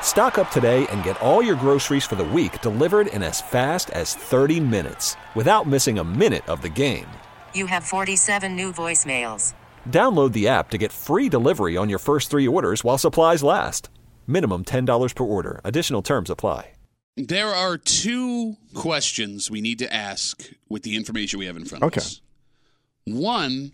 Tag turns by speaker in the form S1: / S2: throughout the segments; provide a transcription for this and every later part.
S1: Stock up today and get all your groceries for the week delivered in as fast as 30 minutes without missing a minute of the game.
S2: You have 47 new voicemails.
S1: Download the app to get free delivery on your first three orders while supplies last. Minimum $10 per order. Additional terms apply.
S3: There are two questions we need to ask with the information we have in front of
S4: Okay.
S3: us. One,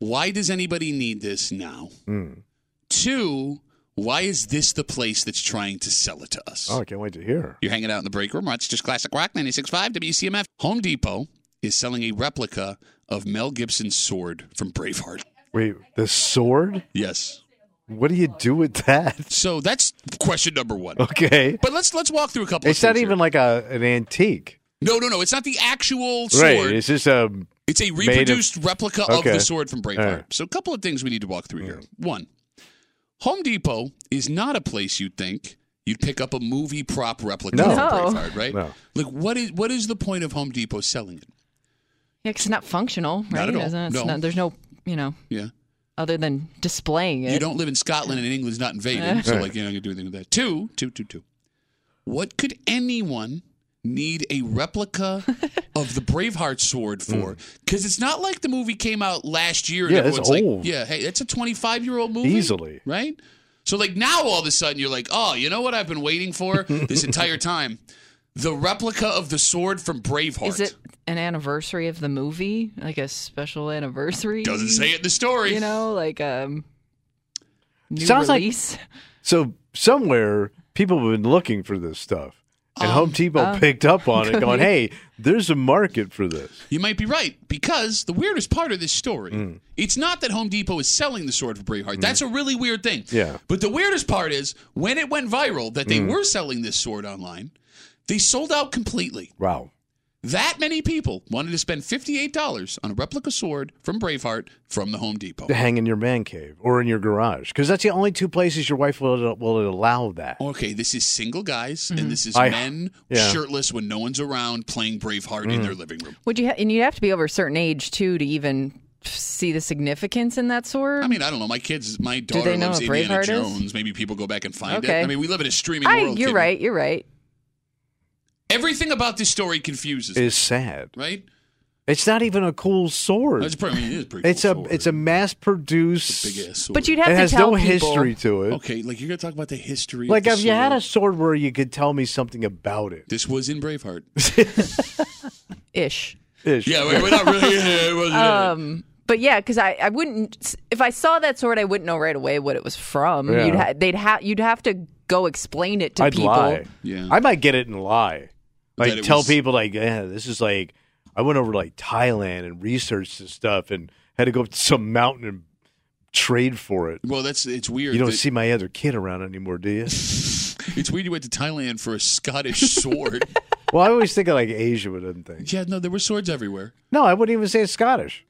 S3: why does anybody need this now?
S4: Mm.
S3: Two, why is this the place that's trying to sell it to us?
S4: Oh, I can't wait to hear.
S3: You're hanging out in the break room. That's just Classic Rock 96.5 WCMF. Home Depot is selling a replica of Mel Gibson's sword from Braveheart.
S4: Wait, the sword?
S3: Yes.
S4: What do you do with that?
S3: So that's question number one.
S4: Okay.
S3: But let's let's walk through a couple.
S4: It's
S3: of
S4: not
S3: things
S4: Oh. even
S3: here.
S4: like a an antique.
S3: no, no, no. It's not the actual sword.
S4: Right. It's just um
S3: It's a
S4: Made of-
S3: reproduced replica
S4: Okay.
S3: of the sword from Braveheart.
S4: All right.
S3: So, a couple of things we need to walk through here. One, Home Depot is not a place you'd think you'd pick up a movie prop replica
S4: No.
S3: of
S5: No.
S3: Braveheart, right?
S4: No.
S3: Like, what is what is the point of Home Depot selling it?
S5: Yeah, 'cause it's not functional, right?
S3: Not at all.
S5: It's not- it's
S3: No.
S5: not- there's no, you know,
S3: Yeah,
S5: other than displaying it.
S3: you don't live in Scotland and England's not invaded, so like you're not gonna do anything with that. Two, two, two, two. What could anyone need a replica of the Braveheart sword for? Because it's not like the movie came out last year. And
S4: Hmm. Yeah, it's
S3: everyone's like,
S4: old.
S3: yeah, hey, it's a 25 year old movie.
S4: easily.
S3: right? So like now all of a sudden you're like, oh, you know what I've been waiting for this entire time? The replica of the sword from Braveheart.
S5: Is it an anniversary of the movie? Like a special anniversary?
S3: Doesn't say it in the story.
S5: You know, like um new
S4: Sounds like-
S5: release.
S4: So somewhere people have been looking for this stuff. And
S3: Um,
S4: Home Depot picked up on it, going, "Hey, there's a market for this."
S3: You might be right because the weirdest part of this story, it's not that Home Depot is selling the sword for Braveheart. That's a really weird thing.
S4: Yeah.
S3: But the weirdest part is when it went viral that they were selling this sword online, they sold out completely.
S4: Wow.
S3: That many people wanted to spend $58 on a replica sword from Braveheart from the Home Depot.
S4: To hang in your man cave or in your garage, because that's the only two places your wife will will allow that.
S3: Okay, this is single guys, and this is
S4: Mm-hmm. I-
S3: men
S4: yeah. Mm.
S3: shirtless when no one's around playing Braveheart in their living room.
S5: Would you ha- and you have to be over a certain age too to even see the significance in that sword?
S3: I mean, I don't know. My kids, my
S5: they
S3: daughter
S5: know
S3: loves
S5: what
S3: Indiana
S5: Braveheart is?
S3: Jones. Maybe people go back and find
S5: Okay.
S3: it. I mean, we live in a streaming
S5: I-
S3: world.
S5: you're
S3: kid.
S5: right, you're right.
S3: Everything about this story confuses me,
S4: Is sad.
S3: right?
S4: It's not even a cool sword.
S3: That's probably, I mean, it is a pretty
S4: it's
S3: cool
S4: a
S3: sword.
S4: it's a mass produced.
S3: big ass sword.
S5: But you'd have
S4: it
S5: to
S4: has
S5: tell
S4: no
S5: people.
S4: history to it.
S3: okay, like you're gonna talk about the history.
S4: Like,
S3: of
S4: if
S3: the
S4: you had a
S3: sword.
S4: sword where you could tell me something about it,
S3: This was in Braveheart.
S5: ish.
S4: ish.
S3: yeah, wait, we're not really. it wasn't-
S5: Um, but yeah, because I, I wouldn't if I saw that sword, I wouldn't know right away what it was from.
S4: Yeah.
S5: You'd ha- they'd have you'd have to go explain it to
S4: I'd
S5: people.
S4: lie.
S3: Yeah.
S4: I might get it and lie.
S3: That
S4: Like,
S3: it
S4: tell
S3: was-
S4: people, like, yeah, this is like, I went over to, like Thailand and researched this stuff and had to go up to some mountain and trade for it.
S3: well, that's it's weird.
S4: You don't
S3: that-
S4: see my other kid around anymore, do you?
S3: it's weird you went to Thailand for a Scottish sword.
S4: well, I always think of like Asia with them things.
S3: yeah, no, there were swords everywhere.
S4: No, I wouldn't even say it's Scottish.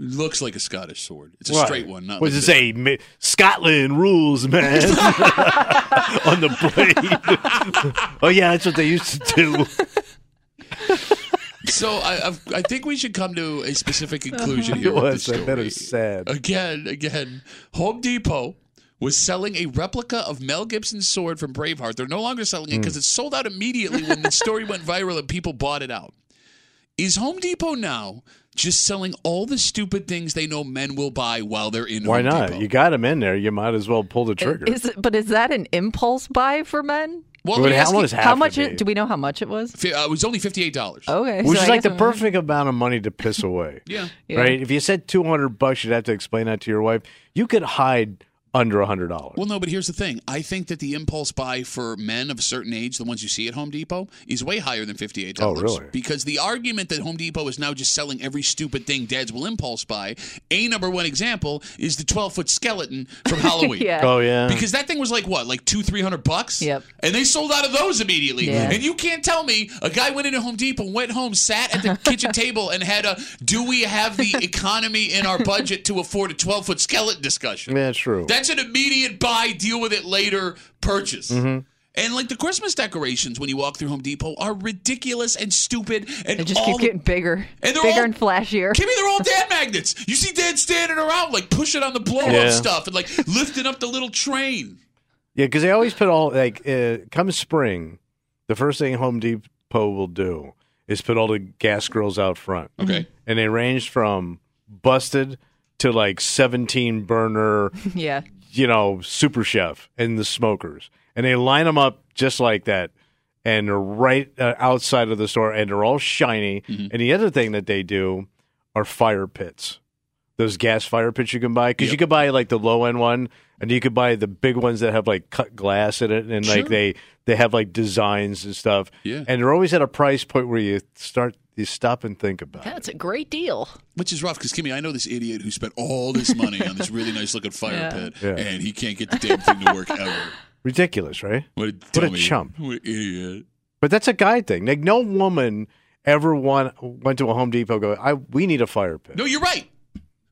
S3: It looks like a Scottish sword. It's a
S4: Right.
S3: straight one, not
S4: What
S3: like
S4: does it say? Mi- Scotland rules, man. On the blade. oh yeah, that's what they used to do.
S3: this. So I, I've, I think we should come to a specific conclusion here.
S4: it
S3: with
S4: was.
S3: this
S4: I bet
S3: story.
S4: it's sad.
S3: Again, again, Home Depot was selling a replica of Mel Gibson's sword from Braveheart. They're no longer selling
S4: Hmm.
S3: it because it sold out immediately when the story went viral and people bought it out. Is Home Depot now just selling all the stupid things they know men will buy while they're in
S4: Why
S3: Home
S4: not?
S3: Depot?
S4: You got him in there. You might as well pull the trigger.
S5: Is it, but is that an impulse buy for men?
S3: well,
S4: Well,
S3: let me
S4: how
S3: ask you-
S4: was- Half
S5: how
S4: of
S5: much?
S4: it.
S5: It, do we know how much it was?
S3: Fi- uh, it was only fifty-eight dollars.
S5: Okay,
S4: Which
S5: so
S4: is
S5: I
S4: like the
S5: guess I'm-
S4: perfect amount of money to piss away.
S3: Yeah.
S5: Yeah.
S4: Right? If you said 200 bucks, you'd have to explain that to your wife. You could hide under a hundred dollars.
S3: Well, no, but here's the thing. I think that the impulse buy for men of a certain age, the ones you see at Home Depot, is way higher than $58.
S4: Oh, really?
S3: Because the argument that Home Depot is now just selling every stupid thing dads will impulse buy, a number one example is the 12 foot skeleton from Halloween.
S5: Yeah.
S4: oh yeah,
S3: Because that thing was like what, like two, three hundred bucks?
S5: Yep.
S3: And they sold out of those immediately.
S5: Yeah.
S3: And you can't tell me a guy went into Home Depot, went home, sat at the kitchen table, and had a do we have the economy in our budget to afford a twelve foot skeleton discussion?
S4: yeah, true.
S3: That's an immediate buy, deal with it later purchase.
S4: Mm-hmm.
S3: And like the Christmas decorations when you walk through Home Depot are ridiculous and stupid and
S5: They just
S3: all
S5: keep getting bigger,
S3: And they're
S5: bigger
S3: all-
S5: and flashier.
S3: Kimmy, they're all dad magnets. You see dad standing around like pushing on the blow up
S4: Yeah.
S3: stuff and like lifting up the little train.
S4: yeah, because they always put all like uh, come spring, the first thing Home Depot will do is put all the gas grills out front.
S3: Okay.
S4: and they ranged from busted to like seventeen burner,
S5: yeah,
S4: you know, super chef and the smokers, and they line them up just like that. And they're right uh, outside of the store, and they're all shiny.
S3: Mm-hmm.
S4: And the other thing that they do are fire pits, those gas fire pits you can buy because you
S3: Yep.
S4: could buy like the low end one, and you could buy the big ones that have like cut glass in it, and
S3: Sure.
S4: like they they have like designs and stuff.
S3: Yeah.
S4: and they're always at a price point where you start you stop and think about. it.
S5: that's a great deal.
S3: Which is rough because Kimmy, I know this idiot who spent all this money on this really nice looking fire
S5: Yeah.
S3: pit
S4: Yeah.
S3: and he can't get the damn thing to work ever.
S4: Ridiculous, right?
S3: What a,
S4: What a
S3: dummy.
S4: chump.
S3: What an idiot.
S4: But that's a guy thing. Like no woman ever won, went to a Home Depot. Go, I we need a fire pit.
S3: No, you're right.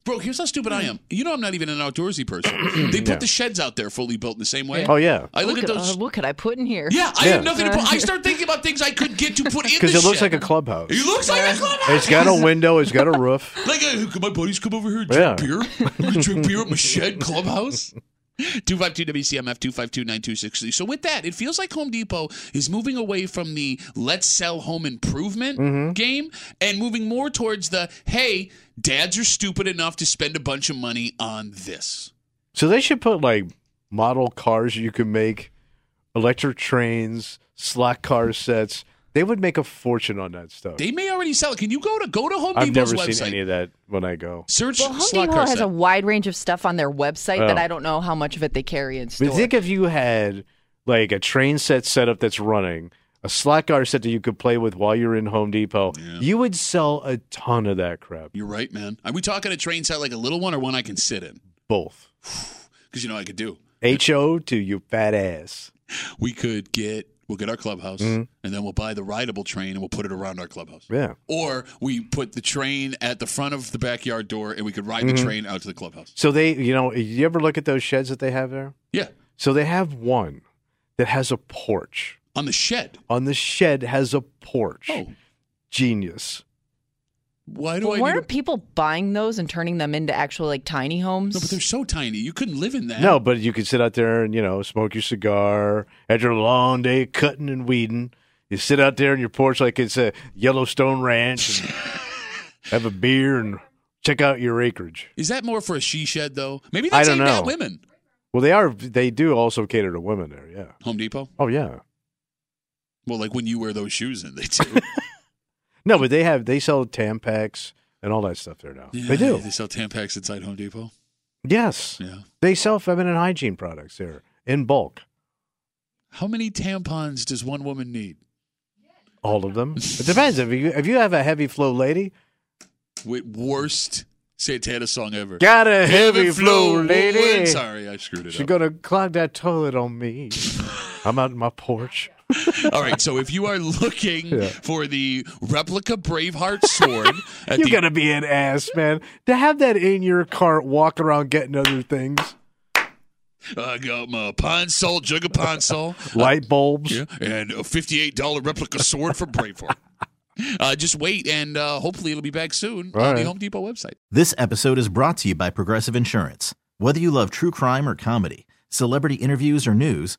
S3: Bro, here's how stupid I am. You know I'm not even an outdoorsy person. they put
S4: Yeah.
S3: the sheds out there fully built in the same way.
S4: Oh yeah,
S3: I look at
S5: uh,
S3: those.
S5: what could I put in here?
S3: Yeah, I have
S4: Yeah.
S3: nothing to put. I start thinking about things I could get to put in
S4: because
S3: the
S4: it looks
S3: shed.
S4: like a clubhouse.
S3: It looks like a clubhouse.
S4: It's got a window. It's got a roof.
S3: Like, uh, could my buddies come over here and drink
S4: Yeah.
S3: beer? We can drink beer at my shed clubhouse? 252 WCMF 252 9260. So, with that, it feels like Home Depot is moving away from the let's sell home improvement
S4: Mm-hmm.
S3: game and moving more towards the hey, dads are stupid enough to spend a bunch of money on this.
S4: So they should put like model cars you can make, electric trains, slot car sets. They would make a fortune on that stuff.
S3: They may already sell it. Can you go to go to Home
S4: I've
S3: Depot's
S4: never
S3: website?
S4: seen any of that when I go.
S3: Search
S5: Well, Home
S3: slot
S5: Depot
S3: car
S5: has
S3: set.
S5: a wide range of stuff on their website that
S4: Oh.
S5: I don't know how much of it they carry in store.
S4: But think if you had like a train set setup that's running, a slot car set that you could play with while you're in Home Depot, you would sell a ton of that crap.
S3: You're right, man. Are we talking a train set like a little one or one I can sit in?
S4: Both.
S3: Because you know I could do.
S4: H O to you fat ass.
S3: We could get we'll get our clubhouse
S4: Mm-hmm.
S3: and then we'll buy the rideable train and we'll put it around our clubhouse.
S4: Yeah.
S3: Or we put the train at the front of the backyard door and we could ride
S4: Mm-hmm.
S3: the train out to the clubhouse.
S4: So they, you know, you ever look at those sheds that they have there?
S3: Yeah.
S4: So they have one that has a porch.
S3: On the shed.
S4: On the shed has a porch.
S3: Oh.
S4: Genius.
S3: Why do
S5: But
S3: I need
S5: weren't
S3: a-
S5: people buying those and turning them into actual like tiny homes?
S3: No, but they're so tiny. You couldn't live in that.
S4: No, but you could sit out there and, you know, smoke your cigar after a long day cutting and weeding. You sit out there on your porch like it's a Yellowstone ranch and have a beer and check out your acreage.
S3: Is that more for a she shed though? Maybe
S4: I
S3: that's
S4: don't
S3: aimed at
S4: know.
S3: women.
S4: Well, they are, they do also cater to women there. Yeah.
S3: Home Depot?
S4: Oh, yeah.
S3: Well, like when you wear those shoes in, they do.
S4: No, but they have, they sell Tampax and all that stuff there now.
S3: Yeah,
S4: they do.
S3: They sell Tampax inside Home Depot.
S4: Yes.
S3: Yeah.
S4: They sell feminine hygiene products there in bulk.
S3: How many tampons does one woman need?
S4: All of them. It depends. If you, if you have a heavy flow lady,
S3: Wait, worst Santana song ever.
S4: got a heavy, flow,
S3: flow,
S4: lady.
S3: woman. Sorry, I screwed it
S4: She's
S3: up.
S4: gonna clog that toilet on me. I'm out in my porch.
S3: All right, so if you are looking
S4: Yeah.
S3: for the replica Braveheart sword, at
S4: You're
S3: the,
S4: gonna be an ass, man. To have that in your cart, walk around getting other things,
S3: I got my uh, pine salt, jug of pine salt,
S4: light bulbs.
S3: yeah, and a fifty-eight dollar replica sword for Braveheart. Uh, just wait, and uh, hopefully it'll be back soon
S4: All
S3: on the
S4: right.
S3: Home Depot website.
S6: This episode is brought to you by Progressive Insurance. Whether you love true crime or comedy, celebrity interviews or news,